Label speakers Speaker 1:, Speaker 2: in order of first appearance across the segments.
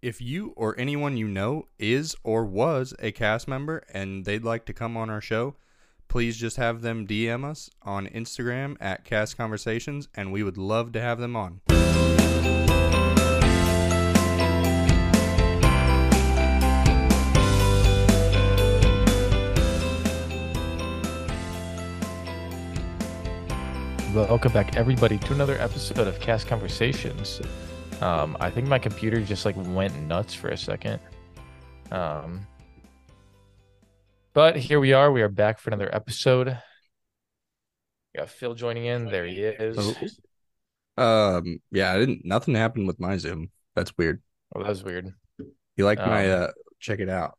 Speaker 1: if you or anyone you know is or was a cast member and they'd like to come on our show, please just have them DM us on Instagram at Cast Conversations, and we would love to have them on.
Speaker 2: Welcome back, everybody, to another episode of Cast Conversations. Um, I think my computer just like went nuts for a second. Um, but here we are. We are back for another episode. We got Phil joining in. There he is.
Speaker 1: Oh. Um, yeah, I didn't. Nothing happened with my Zoom. That's weird.
Speaker 2: Oh, that was weird.
Speaker 1: You like my
Speaker 2: Um,
Speaker 1: uh, check it out.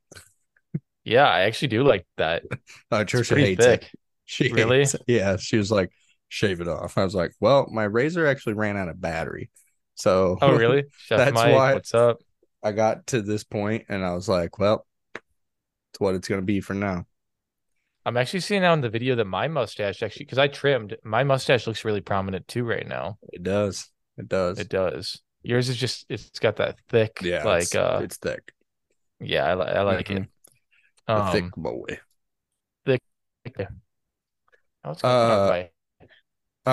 Speaker 2: Yeah, I actually do like that. It's
Speaker 1: Uh, Trisha
Speaker 2: pretty
Speaker 1: hates it.
Speaker 2: thick.
Speaker 1: She
Speaker 2: Really?
Speaker 1: hates it. Yeah, she was like, shave it off. I was like, well, my razor actually ran out of battery, so
Speaker 2: Oh, really? Chef
Speaker 1: That's
Speaker 2: Mike,
Speaker 1: why-
Speaker 2: what's up?
Speaker 1: I got to this point and I was like, well, it's what it's going to be for now.
Speaker 2: I'm actually seeing now in the video that my mustache actually, because I trimmed, my mustache looks really prominent too right now.
Speaker 1: It does. It does.
Speaker 2: It does. Yours is just it's got that thick,
Speaker 1: yeah.
Speaker 2: like
Speaker 1: it's,
Speaker 2: uh,
Speaker 1: it's thick.
Speaker 2: yeah, I, li- I like it.
Speaker 1: A
Speaker 2: Um,
Speaker 1: thick boy.
Speaker 2: okay. I was gonna talk
Speaker 1: Uh,
Speaker 2: about-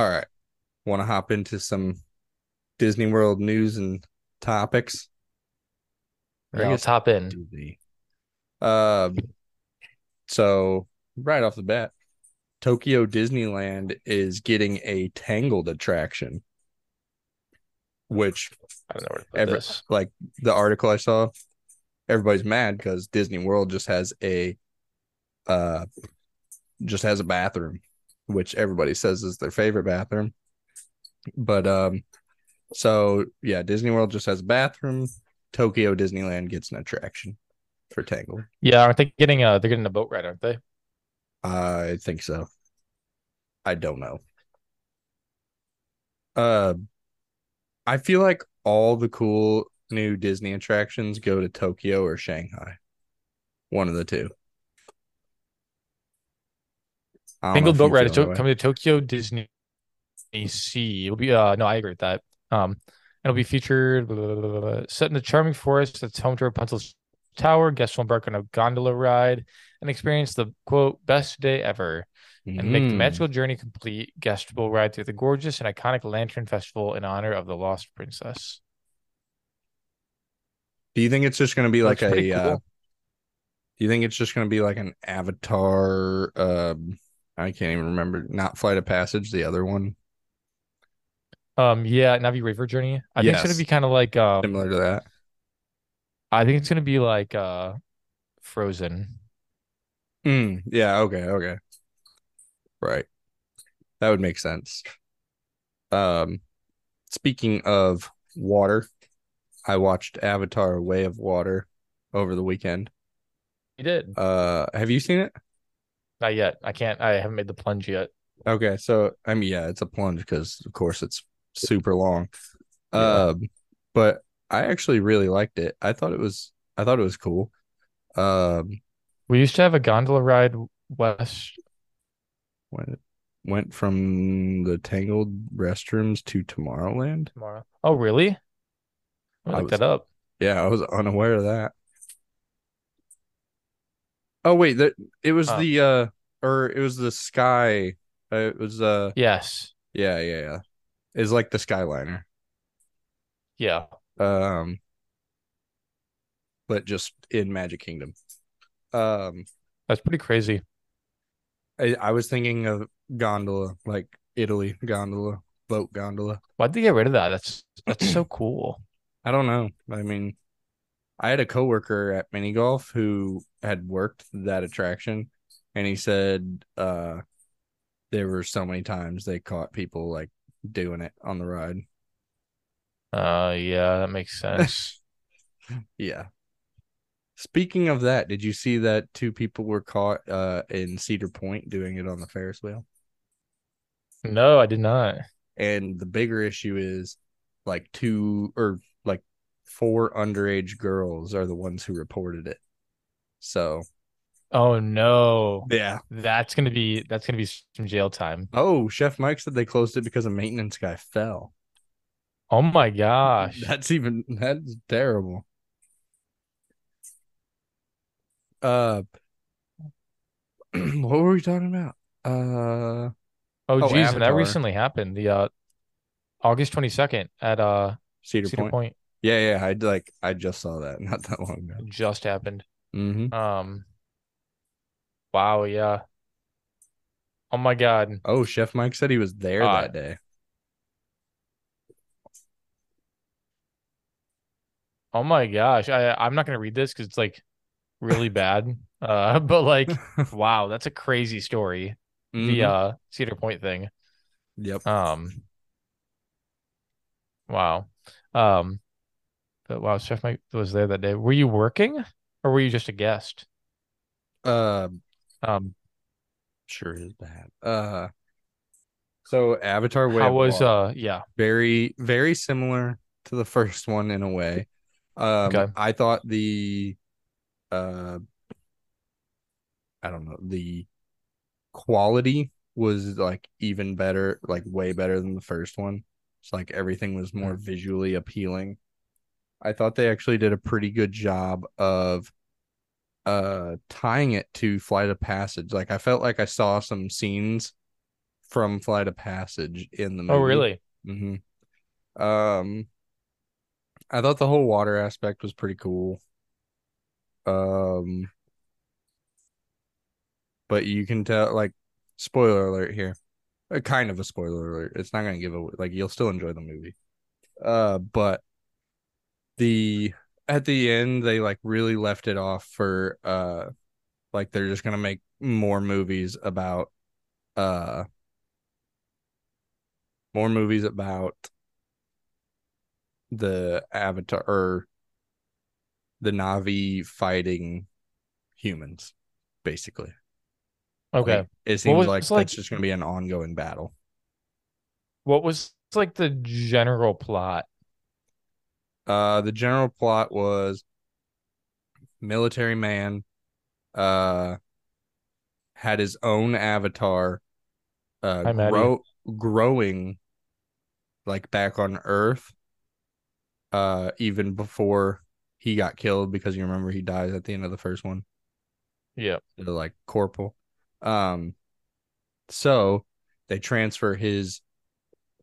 Speaker 1: All right. Want to hop into some Disney World news and topics? Or I
Speaker 2: yeah, I'll
Speaker 1: guess
Speaker 2: top in.
Speaker 1: do the- Um, so right off the bat, Tokyo Disneyland is getting a Tangled attraction, which
Speaker 2: I don't know where to put
Speaker 1: ever
Speaker 2: this.
Speaker 1: like the article I saw, everybody's mad because Disney World just has a uh just has a bathroom, which everybody says is their favorite bathroom. But um so yeah, Disney World just has a bathroom. Tokyo Disneyland gets an attraction for Tangled.
Speaker 2: Yeah, aren't they getting uh they're getting a boat ride, aren't they?
Speaker 1: I think so. I don't know. Uh, I feel like all the cool new Disney attractions go to Tokyo or Shanghai. One of the two. I don't know
Speaker 2: Single
Speaker 1: if
Speaker 2: boat
Speaker 1: you
Speaker 2: ride is
Speaker 1: feel that
Speaker 2: to-
Speaker 1: way.
Speaker 2: coming to Tokyo Disney Sea. It'll be uh no, I agree with that. Um it'll be featured blah, blah, blah, blah, blah. set in the charming forest that's home to Rapunzel's tower. Guests will embark on a gondola ride and experience the quote best day ever. and make the
Speaker 1: Mm.
Speaker 2: magical journey complete. Guests will ride through the gorgeous and iconic Lantern Festival in honor of the lost princess.
Speaker 1: Do you think it's just going to be like
Speaker 2: That's
Speaker 1: a?
Speaker 2: pretty
Speaker 1: Uh,
Speaker 2: cool.
Speaker 1: do you think it's just going to be like an Avatar? Um, I can't even remember. Not Flight of Passage, the other one,
Speaker 2: Um, yeah, Navi River Journey. I think it's
Speaker 1: Yes.
Speaker 2: gonna be kind of like um,
Speaker 1: similar to that.
Speaker 2: I think it's gonna be like uh, Frozen.
Speaker 1: Mm, yeah, okay, okay. Right. That would make sense. Um speaking of water, I watched Avatar Way of Water over the weekend.
Speaker 2: You did
Speaker 1: Uh have you seen it?
Speaker 2: not yet. I can't. I haven't made the plunge yet.
Speaker 1: Okay, so I mean yeah, it's a plunge because of course it's super long.
Speaker 2: Yeah.
Speaker 1: Um but I actually really liked it. I thought it was I thought it was cool. Um
Speaker 2: We used to have a gondola ride west.
Speaker 1: went went from the Tangled restrooms to Tomorrowland.
Speaker 2: Tomorrow. Oh, really?
Speaker 1: I
Speaker 2: I'm gonna look
Speaker 1: was-
Speaker 2: that up.
Speaker 1: Yeah, I was unaware of that. Oh wait, that it was
Speaker 2: Uh.
Speaker 1: the uh or it was the sky. Uh, it was uh
Speaker 2: Yes.
Speaker 1: yeah, yeah, yeah. It's like the Skyliner.
Speaker 2: Yeah.
Speaker 1: Um but just in Magic Kingdom. Um
Speaker 2: That's pretty crazy.
Speaker 1: I, I was thinking of gondola, like Italy gondola, boat gondola.
Speaker 2: Why'd they get rid of that? That's that's so cool.
Speaker 1: I don't know. I mean, I had a coworker at mini golf who had worked that attraction, and he said uh, there were so many times they caught people like doing it on the ride.
Speaker 2: Uh, yeah, that makes sense.
Speaker 1: Yeah. Speaking of that, did you see that two people were caught uh, in Cedar Point doing it on the Ferris wheel?
Speaker 2: No, I did not.
Speaker 1: And the bigger issue is like two or like four underage girls are the ones who reported it. So,
Speaker 2: Oh no.
Speaker 1: yeah.
Speaker 2: That's gonna be that's gonna be some jail time.
Speaker 1: Oh, Chef Mike said they closed it because a maintenance guy fell.
Speaker 2: Oh my gosh.
Speaker 1: That's even that's terrible. Uh, what were we talking about? Uh,
Speaker 2: Oh,
Speaker 1: Oh,
Speaker 2: geez, and that
Speaker 1: Avatar.
Speaker 2: recently happened. The uh, August twenty second at uh
Speaker 1: Cedar,
Speaker 2: Cedar
Speaker 1: Point.
Speaker 2: Point
Speaker 1: Yeah, yeah. I like. I just saw that not that long ago.
Speaker 2: just happened.
Speaker 1: hmm
Speaker 2: Um, wow, yeah. Oh my God,
Speaker 1: Oh, Chef Mike said he was there
Speaker 2: Uh,
Speaker 1: that day.
Speaker 2: oh my gosh. I I'm not gonna read this because it's like really bad. Uh, but like, wow, that's a crazy story. The
Speaker 1: Mhm.
Speaker 2: uh Cedar Point thing.
Speaker 1: Yep.
Speaker 2: Um, wow. Um, but wow, Chef Mike was there that day. Were you working or were you just a guest?
Speaker 1: Uh,
Speaker 2: Um,
Speaker 1: sure is bad. Uh, so Avatar Way
Speaker 2: how
Speaker 1: of
Speaker 2: was
Speaker 1: Water.
Speaker 2: uh, yeah.
Speaker 1: very very similar to the first one in a way um
Speaker 2: Okay.
Speaker 1: i thought the uh i don't know the quality was like even better like way better than the first one it's like everything was more visually appealing i thought they actually did a pretty good job of uh tying it to flight of passage like i felt like i saw some scenes from flight of passage in the movie
Speaker 2: Oh, really?
Speaker 1: Mm-hmm. Um, I thought the whole water aspect was pretty cool. Um, but you can tell, like, spoiler alert here, Uh, kind of a spoiler alert. It's not gonna give away. Like, you'll still enjoy the movie. Uh, but the at the end they like really left it off for uh, like they're just gonna make more movies about uh, more movies about the avatar or the Navi fighting humans, basically.
Speaker 2: Okay.
Speaker 1: Like, it seems
Speaker 2: was-
Speaker 1: like
Speaker 2: it's
Speaker 1: that's
Speaker 2: like-
Speaker 1: just gonna be an ongoing battle.
Speaker 2: What was it's like the general plot?
Speaker 1: Uh the general plot was military man uh had his own avatar uh
Speaker 2: Hi, Maddie.
Speaker 1: grow growing like back on earth uh even before he got killed because you remember he dies at the end of the first one
Speaker 2: Yeah.
Speaker 1: the like corporal. Um, so they transfer his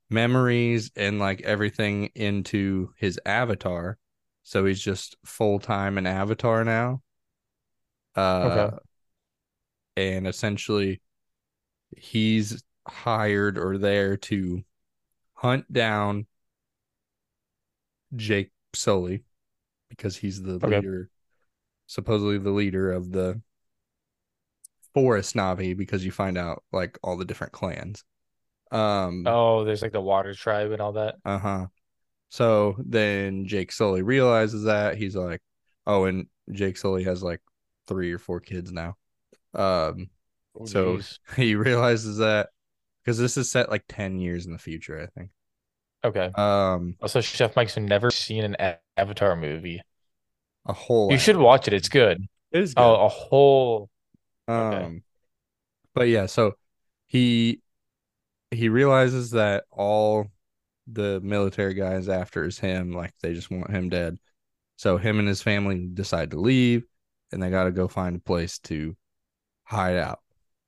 Speaker 1: memories and like everything into his avatar. So he's just full time an avatar now. Uh, and essentially he's hired or there to hunt down Jake Sully because he's the
Speaker 2: Okay.
Speaker 1: leader, supposedly the leader of the forest Navi because you find out like all the different clans. Um,
Speaker 2: Oh, there's like the water tribe and all that.
Speaker 1: uh huh. So then Jake Sully realizes that he's like, oh, and Jake Sully has like three or four kids now. Um,
Speaker 2: Oh,
Speaker 1: So-
Speaker 2: geez.
Speaker 1: he realizes that because this is set like 10 years in the future, I think.
Speaker 2: okay.
Speaker 1: Um,
Speaker 2: Also, Chef Mike's never seen an A- Avatar movie.
Speaker 1: a whole
Speaker 2: You should watch it. It's good.
Speaker 1: it is good.
Speaker 2: Oh, a whole okay.
Speaker 1: Um, but yeah, so he he realizes that all the military guys after is him, like they just want him dead. So him and his family decide to leave, and they got to go find a place to hide out,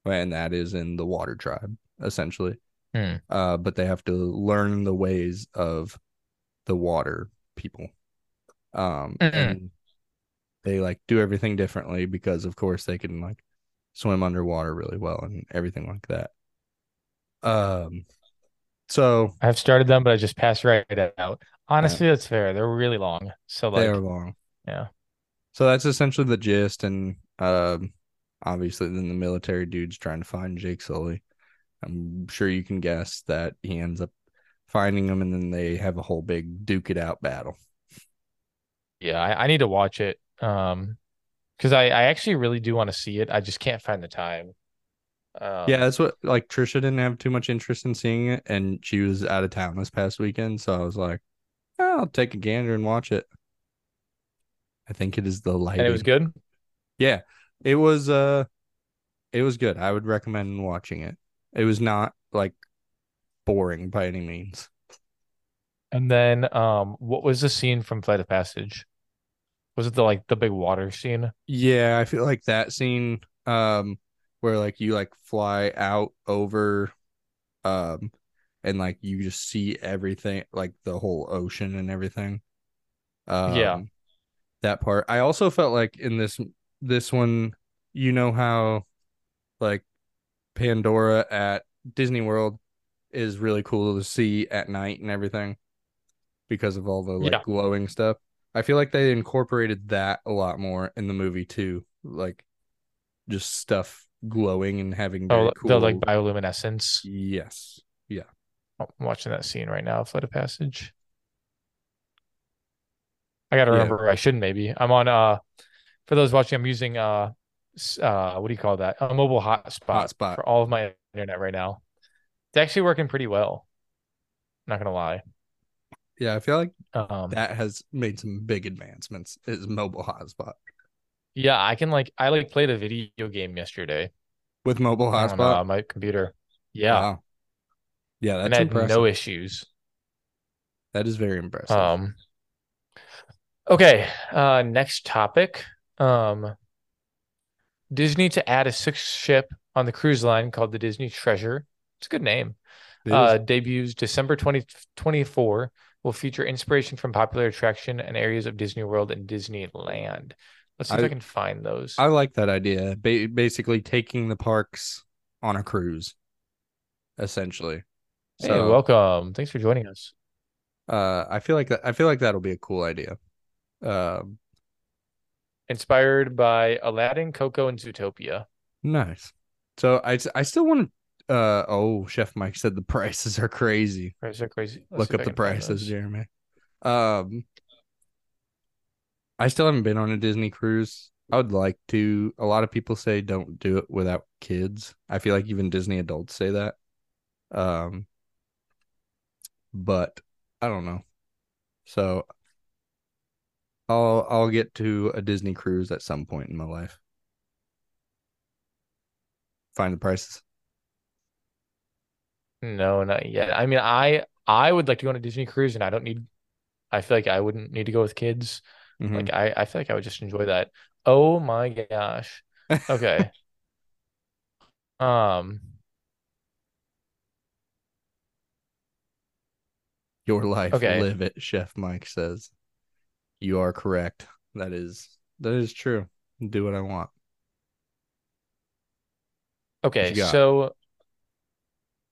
Speaker 1: and that is in the Water Tribe, essentially.
Speaker 2: Hmm.
Speaker 1: Uh, but they have to learn the ways of the water people. Um,
Speaker 2: Mhm.
Speaker 1: and they like do everything differently because, of course, they can like swim underwater really well and everything like that. Um, so
Speaker 2: I have started them, but I just passed right out. Honestly, that's fair. They're really long. So
Speaker 1: they
Speaker 2: like
Speaker 1: are long.
Speaker 2: yeah.
Speaker 1: So that's essentially the gist, and um, obviously, then the military dude's trying to find Jake Sully. I'm sure you can guess that he ends up finding him, and then they have a whole big duke it out battle.
Speaker 2: Yeah, I, I need to watch it. Um because I, I actually really do want to see it. I just can't find the time. Um,
Speaker 1: yeah, that's what like Trisha didn't have too much interest in seeing it, and she was out of town this past weekend, so I was like, "Oh, I'll take a gander and watch it. I think it is the light.
Speaker 2: and it was good.
Speaker 1: It was uh it was good. I would recommend watching it. It was not like boring by any means.
Speaker 2: And then um what was the scene from Flight of Passage? Was it the like the big water scene?
Speaker 1: Yeah, I feel like that scene um where like you like fly out over um and like you just see everything like the whole ocean and everything. Um,
Speaker 2: Yeah.
Speaker 1: That part. I also felt like in this this one you know how like Pandora at Disney World is really cool to see at night and everything because of all the like
Speaker 2: Yeah.
Speaker 1: glowing stuff. I feel like they incorporated that a lot more in the movie too, like just stuff glowing and having very
Speaker 2: Oh, the like
Speaker 1: cool-
Speaker 2: bioluminescence.
Speaker 1: yes,
Speaker 2: I'm watching that scene right now, Flight of Passage. I gotta
Speaker 1: Yeah.
Speaker 2: remember. I should maybe. I'm on. Uh, for those watching, I'm using uh, s- uh, what do you call that? A mobile hotspot
Speaker 1: hotspot.
Speaker 2: for all of my internet right now. It's actually working pretty well. Not gonna lie.
Speaker 1: Yeah, I feel like
Speaker 2: Um,
Speaker 1: that has made some big advancements. Is mobile hotspot
Speaker 2: yeah, I can like I like played a video game yesterday
Speaker 1: with mobile
Speaker 2: on
Speaker 1: Oh, hotspot?
Speaker 2: uh, my computer. Yeah,
Speaker 1: Wow. Yeah, that's
Speaker 2: and I had
Speaker 1: impressive.
Speaker 2: no issues.
Speaker 1: that is very impressive.
Speaker 2: Um, okay, uh, next topic. Um, Disney to add a sixth ship on the cruise line called the Disney Treasure. It's a good name.
Speaker 1: It is.
Speaker 2: Uh, debuts December 2024. Will feature inspiration from popular attraction and areas of Disney World and Disneyland. Let's see if
Speaker 1: I-
Speaker 2: I can find those.
Speaker 1: I like that idea. Ba- basically, taking the parks on a cruise, essentially.
Speaker 2: Hey,
Speaker 1: So,
Speaker 2: welcome. Thanks for joining us.
Speaker 1: uh, I feel like that, I feel like that'll be a cool idea. Um,
Speaker 2: Inspired by Aladdin, Coco, and Zootopia.
Speaker 1: nice. So I, s- I still want to. Uh, oh, Chef Mike said the prices are crazy.
Speaker 2: Prices are crazy. Let's see
Speaker 1: Look
Speaker 2: if
Speaker 1: up
Speaker 2: I
Speaker 1: the
Speaker 2: can find
Speaker 1: prices,
Speaker 2: those.
Speaker 1: Jeremy. Um, I still haven't been on a Disney cruise. I would like to. A lot of people say don't do it without kids. I feel like even Disney adults say that. Um, but I don't know. So I'll I'll get to a Disney cruise at some point in my life. Find the prices.
Speaker 2: No, not yet. I mean, I I would like to go on a Disney cruise, and I don't need. I feel like I wouldn't need to go with kids.
Speaker 1: Mhm.
Speaker 2: Like I, I feel like I would just enjoy that. Oh my gosh. Okay. Um.
Speaker 1: Your life,
Speaker 2: Okay.
Speaker 1: live it, Chef Mike says. You are correct. That is that is true. Do what I want.
Speaker 2: Okay.
Speaker 1: got?
Speaker 2: So,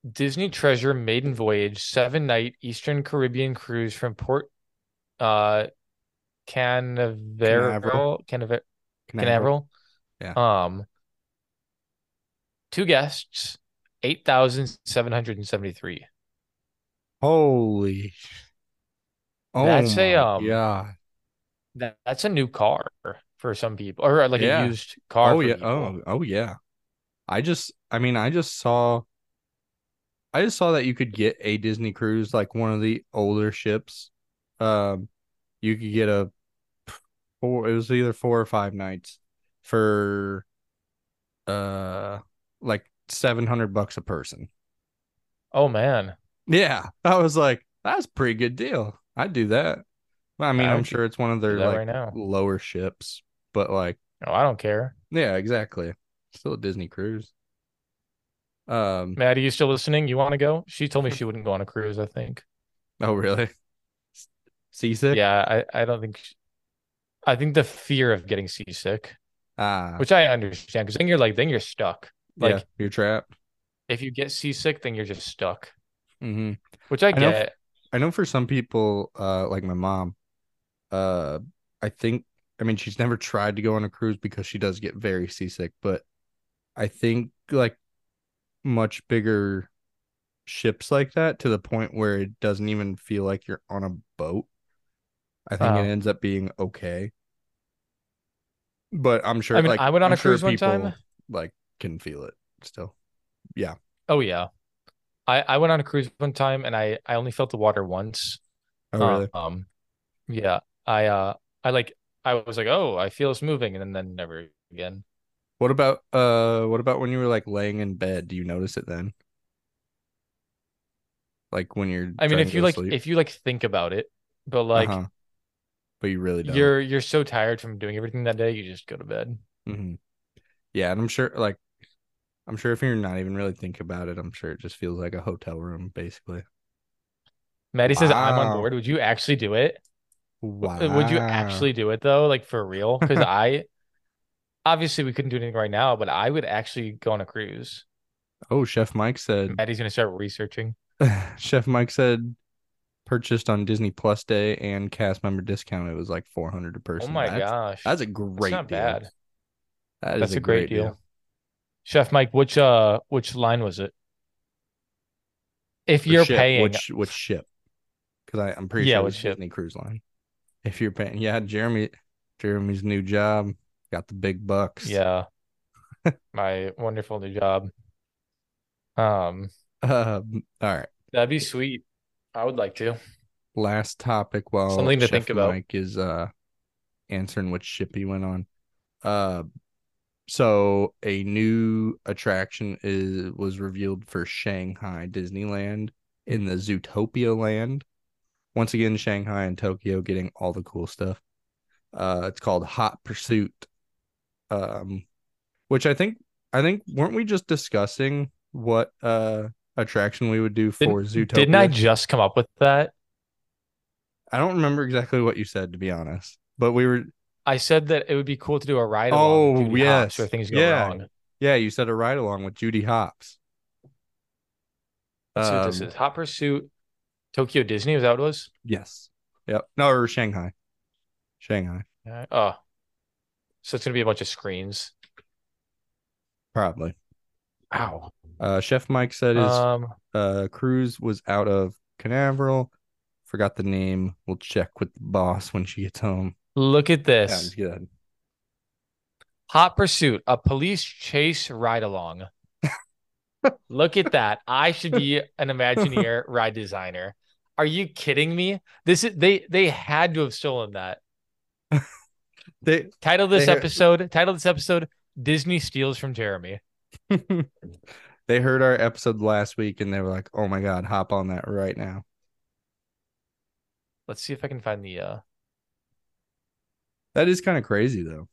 Speaker 2: Disney Treasure Maiden Voyage seven night Eastern Caribbean cruise from Port, uh, Canaveral, Canaveral, Canaveral. Um, two guests, eight thousand seven hundred and seventy-three.
Speaker 1: Holy. sh- Oh
Speaker 2: That's
Speaker 1: my
Speaker 2: a, um,
Speaker 1: God.
Speaker 2: That that's a new car for some people, or like
Speaker 1: Yeah.
Speaker 2: a used car
Speaker 1: oh
Speaker 2: for
Speaker 1: yeah.
Speaker 2: people.
Speaker 1: Oh oh yeah. I just I mean I just saw I just saw that you could get a Disney cruise like one of the older ships. Um you could get a four it was either four or five nights for uh like 700 bucks a person.
Speaker 2: Oh man,
Speaker 1: Yeah. I was like that's a pretty good deal. I'd do that. Well, I mean,
Speaker 2: I
Speaker 1: I'm
Speaker 2: would
Speaker 1: sure it's one of
Speaker 2: do
Speaker 1: their
Speaker 2: that
Speaker 1: like
Speaker 2: right now.
Speaker 1: lower ships, but like
Speaker 2: No, I don't care.
Speaker 1: yeah, exactly. Still a Disney cruise. Um
Speaker 2: Maddie, you still listening? You want to go? She told me she wouldn't go on a cruise, I think.
Speaker 1: Oh, really? S- Seasick?
Speaker 2: Yeah, I, I don't think sh I think the fear of getting seasick,
Speaker 1: Ah,
Speaker 2: which I understand, because then you're like, then you're stuck.
Speaker 1: yeah,
Speaker 2: like-
Speaker 1: you're trapped.
Speaker 2: If you get seasick, then you're just stuck,
Speaker 1: hmm
Speaker 2: which I
Speaker 1: I know-
Speaker 2: get.
Speaker 1: I know for some people, uh, like my mom, uh, I think, I mean, she's never tried to go on a cruise because she does get very seasick, but I think like much bigger ships like that to the point where it doesn't even feel like you're on a boat. I think
Speaker 2: Wow.
Speaker 1: it ends up being okay. But I'm sure,
Speaker 2: I mean,
Speaker 1: like,
Speaker 2: I went on
Speaker 1: I'm
Speaker 2: a
Speaker 1: sure
Speaker 2: cruise one time.
Speaker 1: people, Like, can feel it still.
Speaker 2: Oh yeah. I, I went on a cruise one time and I, I only felt the water once.
Speaker 1: Oh,
Speaker 2: Uh,
Speaker 1: really?
Speaker 2: Um, yeah, I uh, I like, I was like, oh, I feel it's moving, and then, then never again.
Speaker 1: What about uh what about when you were like laying in bed? Do you notice it then? Like when you're
Speaker 2: I mean,
Speaker 1: trying
Speaker 2: if
Speaker 1: to go
Speaker 2: you
Speaker 1: to
Speaker 2: like,
Speaker 1: sleep?
Speaker 2: if you like think about it, but like,
Speaker 1: Uh-huh. but you really don't.
Speaker 2: You're you're so tired from doing everything that day, you just go to bed.
Speaker 1: Mhm. Yeah, and I'm sure like I'm sure if you're not even really thinking about it, I'm sure it just feels like a hotel room basically.
Speaker 2: Maddie says I'm on
Speaker 1: Wow.
Speaker 2: board. Would you actually do it?
Speaker 1: Wow.
Speaker 2: Uh, Would you actually do it though? Like for real? Because I obviously we couldn't do anything right now, but I would actually go on a cruise.
Speaker 1: Oh, Chef Mike said
Speaker 2: Maddie's gonna start researching. Oh
Speaker 1: Chef Mike said purchased on Disney Plus Day and cast member discount it was like 400 a person.
Speaker 2: Oh my
Speaker 1: that's,
Speaker 2: gosh.
Speaker 1: That's a great
Speaker 2: That's not
Speaker 1: deal.
Speaker 2: bad.
Speaker 1: That is
Speaker 2: That's a great deal. Chef Mike, which uh which line was it? If
Speaker 1: For
Speaker 2: you're
Speaker 1: ship,
Speaker 2: paying
Speaker 1: which which ship? Because I'm pretty
Speaker 2: Yeah,
Speaker 1: sure
Speaker 2: which
Speaker 1: it's
Speaker 2: ship?
Speaker 1: Disney Cruise Line. If you're paying, yeah, Jeremy, Jeremy's new job got the big bucks.
Speaker 2: yeah. my wonderful new job. Um
Speaker 1: Um, all right.
Speaker 2: that'd be sweet. I would like to.
Speaker 1: Last topic. While
Speaker 2: Something to
Speaker 1: Chef
Speaker 2: think about.
Speaker 1: Mike is uh answering which ship he went on. Uh, so a new attraction is was revealed for Shanghai Disneyland in the Zootopia Land. Once again, Shanghai and Tokyo getting all the cool stuff. Uh, it's called Hot Pursuit, um, which I think I think weren't we just discussing what uh attraction we would do for Zootopia?
Speaker 2: Didn't I just come up with that?
Speaker 1: I don't remember exactly what you said to be honest, but we were
Speaker 2: I said that it would be cool to do a ride along
Speaker 1: Oh,
Speaker 2: with Judy Hopps
Speaker 1: yes.
Speaker 2: where things go
Speaker 1: Yeah.
Speaker 2: wrong.
Speaker 1: yeah you said a ride along with Judy Hopps.
Speaker 2: That's what this
Speaker 1: Um,
Speaker 2: is Hot Pursuit, Tokyo Disney. Is that what it was?
Speaker 1: Yes. Yep. No, or Shanghai. Shanghai,
Speaker 2: Yeah. Oh, so it's gonna be a bunch of screens.
Speaker 1: probably.
Speaker 2: Wow.
Speaker 1: Uh, Chef Mike said his
Speaker 2: Um,
Speaker 1: uh, cruise was out of Canaveral. Forgot the name. We'll check with the boss when she gets home.
Speaker 2: look at this.
Speaker 1: Sounds good.
Speaker 2: Hot Pursuit, a police chase ride along. Look at that. I should be an Imagineer ride designer. Are you kidding me? This is they they had to have stolen that.
Speaker 1: They
Speaker 2: Title this
Speaker 1: They-
Speaker 2: episode, title this episode, Disney steals from Jeremy.
Speaker 1: they heard our episode last week and they were like, "Oh my god, hop on that right now."
Speaker 2: Let's see if I can find the uh
Speaker 1: That is kind of crazy though.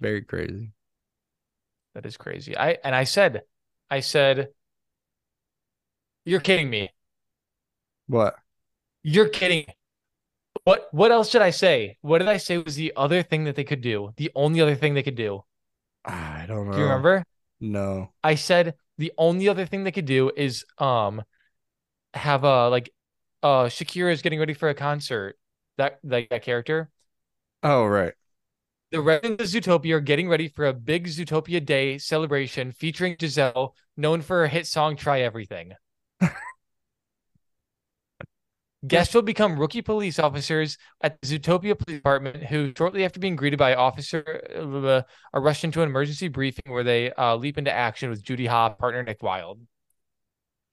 Speaker 1: Very crazy.
Speaker 2: that is crazy. I and I said, I said, You're kidding me.
Speaker 1: What?
Speaker 2: You're kidding. me. What what else did I say? What did I say was the other thing that they could do? The only other thing they could do.
Speaker 1: I don't know.
Speaker 2: Do you remember?
Speaker 1: No.
Speaker 2: I said the only other thing they could do is um have a like uh Shakira is getting ready for a concert. That like that character.
Speaker 1: Oh right.
Speaker 2: The residents of Zootopia are getting ready for a big Zootopia Day celebration featuring Giselle, known for her hit song Try Everything. Guests will become rookie police officers at the Zootopia Police Department, who, shortly after being greeted by officer, uh, blah, blah, are rushed into an emergency briefing where they uh, leap into action with Judy Hobb, partner Nick Wilde.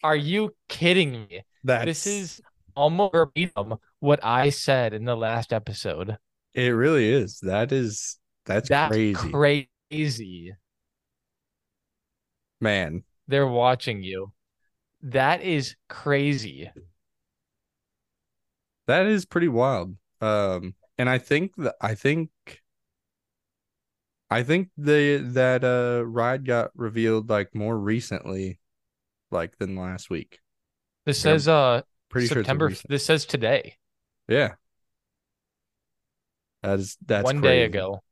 Speaker 2: Are you kidding me?
Speaker 1: That's
Speaker 2: This is almost verbatim what I said in the last episode.
Speaker 1: it. Really is. That is. That's, crazy,
Speaker 2: crazy.
Speaker 1: man.
Speaker 2: They're watching you. That is crazy.
Speaker 1: That is pretty wild. Um, and I think that I think I think the that uh ride got revealed like more recently, like than last week.
Speaker 2: This
Speaker 1: Yeah, I'm
Speaker 2: says uh
Speaker 1: Pretty
Speaker 2: September.
Speaker 1: sure it's a recent-
Speaker 2: this says today,
Speaker 1: yeah. That is that's
Speaker 2: one day
Speaker 1: crazy.
Speaker 2: ago,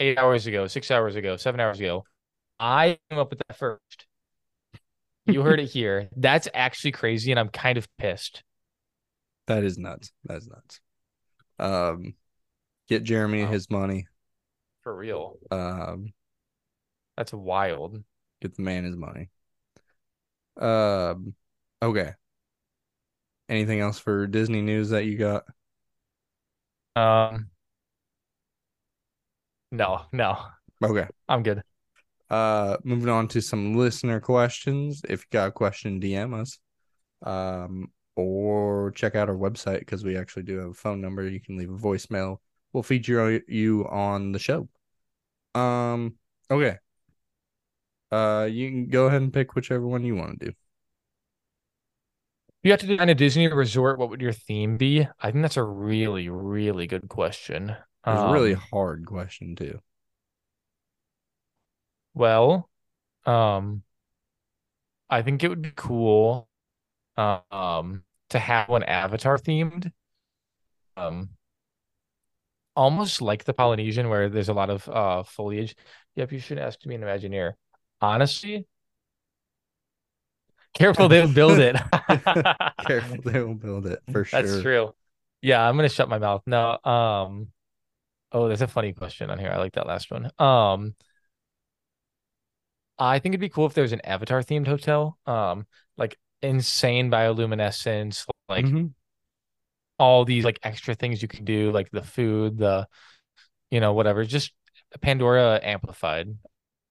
Speaker 2: eight hours ago, six hours ago, seven hours ago. I came up with that first. You heard it here. That's actually crazy, and I'm kind of pissed.
Speaker 1: That is nuts. That's nuts. Um, get Jeremy
Speaker 2: Wow.
Speaker 1: his money.
Speaker 2: For real.
Speaker 1: Um,
Speaker 2: That's wild.
Speaker 1: get the man his money. Um, okay. Anything else for Disney news that you got?
Speaker 2: Um no, no.
Speaker 1: Okay.
Speaker 2: I'm good.
Speaker 1: Uh, moving on to some listener questions. If you got a question, DM us. Um, or check out our website because we actually do have a phone number. You can leave a voicemail. We'll feature you on the show. Um, okay. Uh, you can go ahead and pick whichever one you want to do.
Speaker 2: you had to design a Disney resort, what would your theme be? I think that's a really, really good question.
Speaker 1: It's a
Speaker 2: Um,
Speaker 1: really hard question too.
Speaker 2: Well, um, I think it would be cool, uh, um, to have one Avatar themed, um, almost like the Polynesian where there's a lot of uh foliage. Yep, you should ask to be an Imagineer. Honestly, careful they'll build it.
Speaker 1: Careful, they will build it for sure.
Speaker 2: That's true. Yeah, I'm gonna shut my mouth. No, um, oh, there's a funny question on here. I like that last one. Um, I think it'd be cool if there was an Avatar themed hotel. Um, like insane bioluminescence, like
Speaker 1: Mhm.
Speaker 2: all these like extra things you can do, like the food, the you know whatever. Just Pandora amplified,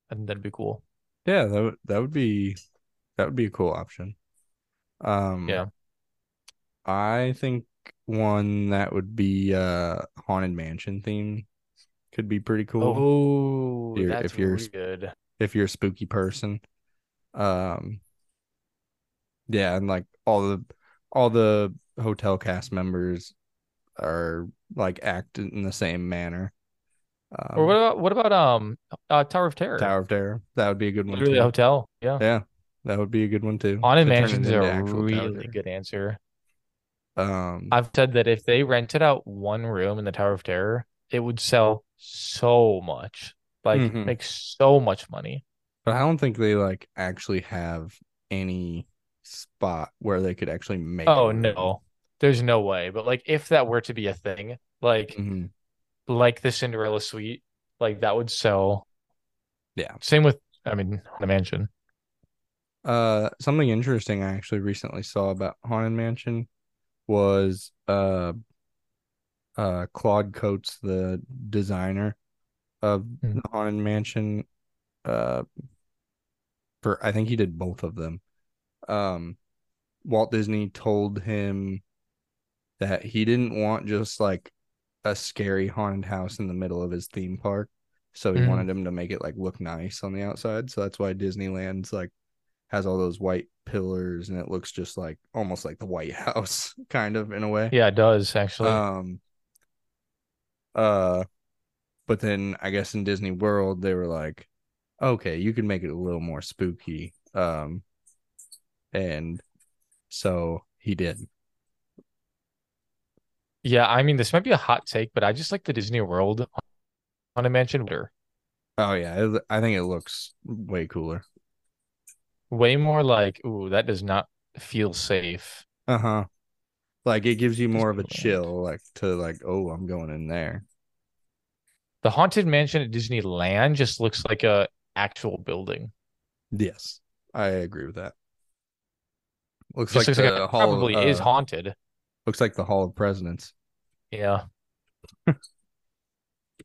Speaker 2: and that'd be cool.
Speaker 1: yeah, that would that would be that would be a cool option. Um,
Speaker 2: Yeah.
Speaker 1: I think one that would be uh haunted mansion theme could be pretty cool.
Speaker 2: Oh,
Speaker 1: If you're-
Speaker 2: that's
Speaker 1: if you're-
Speaker 2: really good.
Speaker 1: if you're a spooky person. Um yeah, and like all the all the hotel cast members are like acting in the same manner. Um,
Speaker 2: Or what about what about um uh, Tower of Terror?
Speaker 1: Tower of Terror? That would be a good one.
Speaker 2: Literally
Speaker 1: too.
Speaker 2: a hotel. Yeah.
Speaker 1: Yeah. That would be a good one too.
Speaker 2: Haunted
Speaker 1: To turn it
Speaker 2: Mansion's
Speaker 1: into
Speaker 2: a
Speaker 1: actual Tower of
Speaker 2: really good answer.
Speaker 1: Terror. Um
Speaker 2: I've said that if they rented out one room in the Tower of Terror, it would sell so much. Like
Speaker 1: Mhm.
Speaker 2: make so much money.
Speaker 1: but I don't think they like actually have any spot where they could actually make
Speaker 2: Oh
Speaker 1: a room.
Speaker 2: no. There's no way. But like if that were to be a thing, like
Speaker 1: Mhm.
Speaker 2: like the Cinderella suite, like that would sell.
Speaker 1: Yeah.
Speaker 2: Same with I mean Haunted Mansion.
Speaker 1: Uh, something interesting I actually recently saw about Haunted Mansion was uh, uh, Claude Coates, the designer of
Speaker 2: Mhm.
Speaker 1: the Haunted Mansion. Uh, for I think he did both of them. Um, Walt Disney told him that he didn't want just like a scary haunted house in the middle of his theme park, so he
Speaker 2: Mhm.
Speaker 1: wanted him to make it like look nice on the outside. So that's why Disneyland's like has all those white pillars and it looks just like almost like the White House kind of in a way.
Speaker 2: Yeah, it does actually.
Speaker 1: Um uh but then I guess in Disney World they were like, okay, you can make it a little more spooky. Um and so he did.
Speaker 2: yeah, I mean this might be a hot take, but I just like the Disney World Haunted Mansion better.
Speaker 1: Oh yeah, it, I think it looks way cooler.
Speaker 2: way more like, ooh, that does not feel safe.
Speaker 1: Uh-huh. Like it gives you more of a
Speaker 2: Disneyland.
Speaker 1: chill, like to like, oh, I'm going in there.
Speaker 2: The haunted mansion at Disneyland just looks like a actual building.
Speaker 1: Yes, I agree with that. Looks like
Speaker 2: Just looks
Speaker 1: the
Speaker 2: like it
Speaker 1: hall
Speaker 2: probably
Speaker 1: of,
Speaker 2: is
Speaker 1: uh,
Speaker 2: haunted.
Speaker 1: looks like the Hall of Presidents.
Speaker 2: Yeah.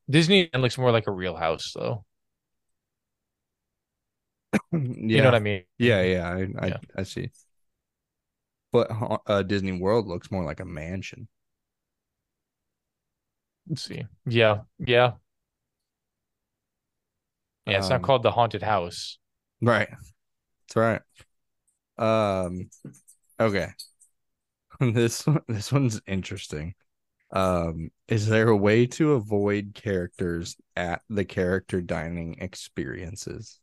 Speaker 2: Disneyland looks more like a real house though.
Speaker 1: yeah.
Speaker 2: You know what I mean?
Speaker 1: Yeah, yeah, I, I,
Speaker 2: Yeah.
Speaker 1: I see. But ha- uh, Disney World looks more like a mansion.
Speaker 2: Let's see. Yeah. Yeah. Yeah, it's
Speaker 1: Um,
Speaker 2: not called the haunted house.
Speaker 1: Right. That's right. Um, okay. This one- this one's interesting. Um, is there a way to avoid characters at the character dining experiences?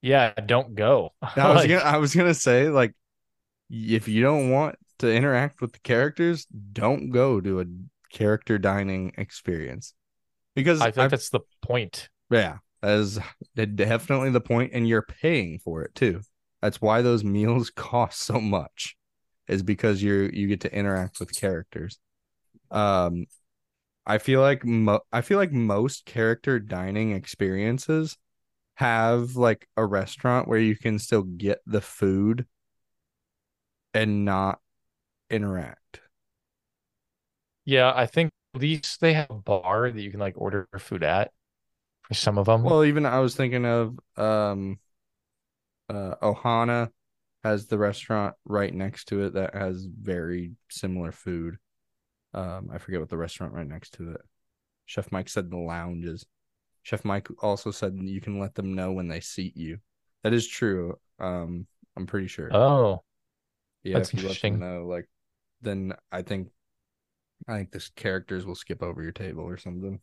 Speaker 2: Yeah, don't go.
Speaker 1: I was
Speaker 2: Like,
Speaker 1: gonna, I was gonna say like if you don't want to interact with the characters, don't go to a character dining experience because
Speaker 2: I think
Speaker 1: I've-
Speaker 2: that's the point.
Speaker 1: yeah, that is definitely the point, and you're paying for it too. That's why those meals cost so much, is because you you get to interact with characters. Um, I feel like mo- I feel like most character dining experiences have like a restaurant where you can still get the food and not interact.
Speaker 2: Yeah, I think at least they have a bar that you can like order food at for some of them.
Speaker 1: Well, even I was thinking of um uh Ohana has the restaurant right next to it that has very similar food. Um I forget what the restaurant right next to it. Chef Mike said the lounges. Chef Mike also said you can let them know when they seat you. That is true. Um I'm pretty sure.
Speaker 2: oh,
Speaker 1: yeah,
Speaker 2: That's
Speaker 1: if you let
Speaker 2: interesting.
Speaker 1: them know, like, then I think, I think the characters will skip over your table or something.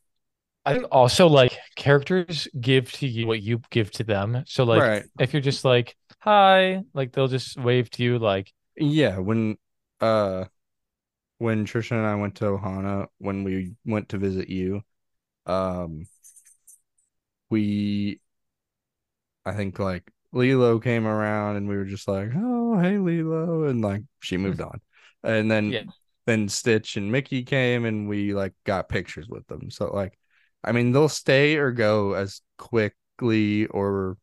Speaker 2: I think also like characters give to you what you give to them. So like
Speaker 1: right?
Speaker 2: if you're just like hi, like they'll just wave to you like
Speaker 1: Yeah, when, uh, when Trisha and I went to Ohana, when we went to visit you, um, we, I think like Lilo came around and we were just like, oh hey Lilo, and like she moved on, and then
Speaker 2: Yeah.
Speaker 1: then Stitch and Mickey came and we like got pictures with them. So like, I mean they'll stay or go as quickly or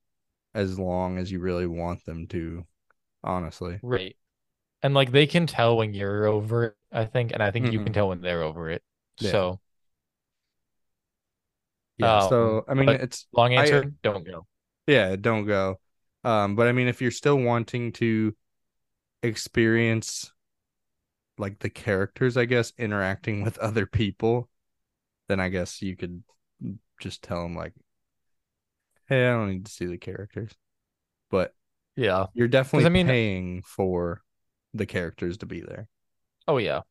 Speaker 1: as long as you really want them to, honestly.
Speaker 2: great. And like they can tell when you're over it, I think, and I think you
Speaker 1: Mhm.
Speaker 2: can tell when they're over it.
Speaker 1: Yeah.
Speaker 2: So
Speaker 1: Yeah.
Speaker 2: Um,
Speaker 1: so I mean,
Speaker 2: but-
Speaker 1: it's
Speaker 2: long
Speaker 1: I- uh
Speaker 2: answer, don't go.
Speaker 1: yeah, don't go. Um, but I mean, if you're still wanting to experience like the characters, I guess interacting with other people, then I guess you could just tell them like, "Hey, I don't need to see the characters," but
Speaker 2: Yeah.
Speaker 1: you're definitely
Speaker 2: I mean-
Speaker 1: paying for the characters to be there.
Speaker 2: Oh yeah.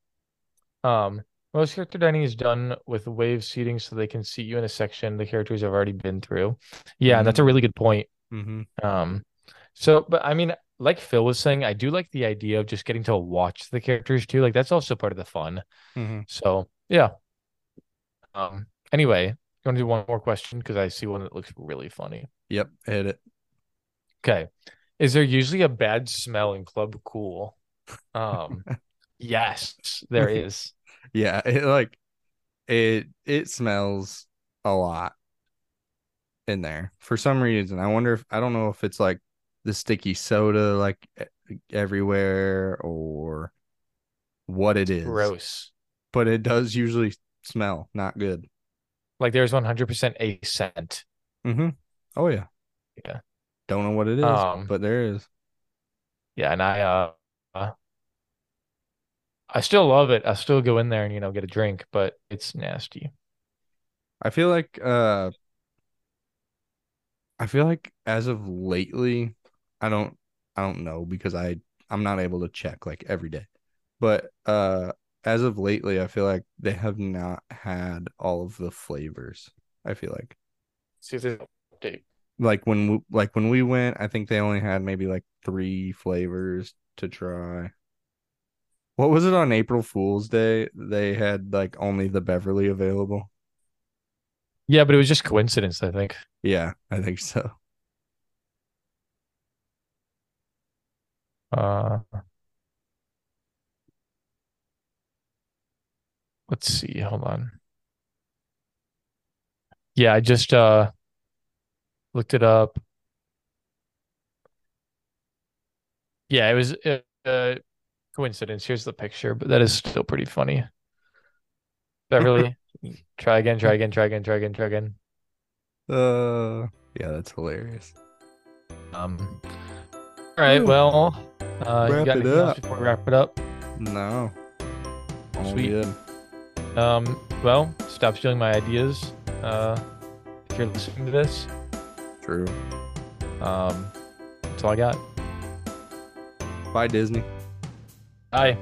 Speaker 2: Um, most character dining is done with wave seating so they can seat you in a section the characters have already been through. Yeah, and that's a
Speaker 1: Mm.
Speaker 2: really good point.
Speaker 1: Mm-hmm.
Speaker 2: Um, so but I mean, like Phil was saying, I do like the idea of just getting to watch the characters too. Like that's also part of the fun.
Speaker 1: Mm-hmm.
Speaker 2: So yeah. Um, anyway, you want to do one more question because I see one that looks really funny.
Speaker 1: Yep, hit it.
Speaker 2: Okay. Is there usually a bad smell in Club Cool? Um, yes, there is.
Speaker 1: Yeah, it like it it smells a lot in there for some reason. I wonder if I don't know if it's like the sticky soda like e- everywhere or what it is.
Speaker 2: Gross.
Speaker 1: But it does usually smell not good.
Speaker 2: Like there's 100% a scent.
Speaker 1: Mm-hmm. Oh yeah.
Speaker 2: Yeah.
Speaker 1: Don't know what it is,
Speaker 2: Um,
Speaker 1: but there is.
Speaker 2: Yeah, and I uh, uh, I still love it. I still go in there and you know get a drink, but it's nasty.
Speaker 1: I feel like uh I feel like as of lately, I don't I don't know because I I'm not able to check like every day. But uh as of lately, I feel like they have not had all of the flavors. I feel like
Speaker 2: See if there's an update.
Speaker 1: like when we, like when we went, I think they only had maybe like 3 flavors to try. What was it on April Fool's Day? They had like only the Beverly available.
Speaker 2: Yeah, but it was just coincidence, I think.
Speaker 1: Yeah, I think so.
Speaker 2: Uh, let's see. Hold on. Yeah, I just uh looked it up. Yeah, it was uh uh, coincidence. Here's the picture, but that is still pretty funny. Beverly, try again, try again, try again, try again, try again.
Speaker 1: Uh yeah, that's hilarious.
Speaker 2: Um, all right,
Speaker 1: Ooh.
Speaker 2: well, uh, you
Speaker 1: Wrap
Speaker 2: got
Speaker 1: it
Speaker 2: anything else
Speaker 1: up.
Speaker 2: before we wrap it up?
Speaker 1: No. All
Speaker 2: Sweet.
Speaker 1: good.
Speaker 2: Um, well, stop stealing my ideas. Uh, if you're listening to this,
Speaker 1: True.
Speaker 2: um, that's all I got.
Speaker 1: Bye, Disney.
Speaker 2: Bye.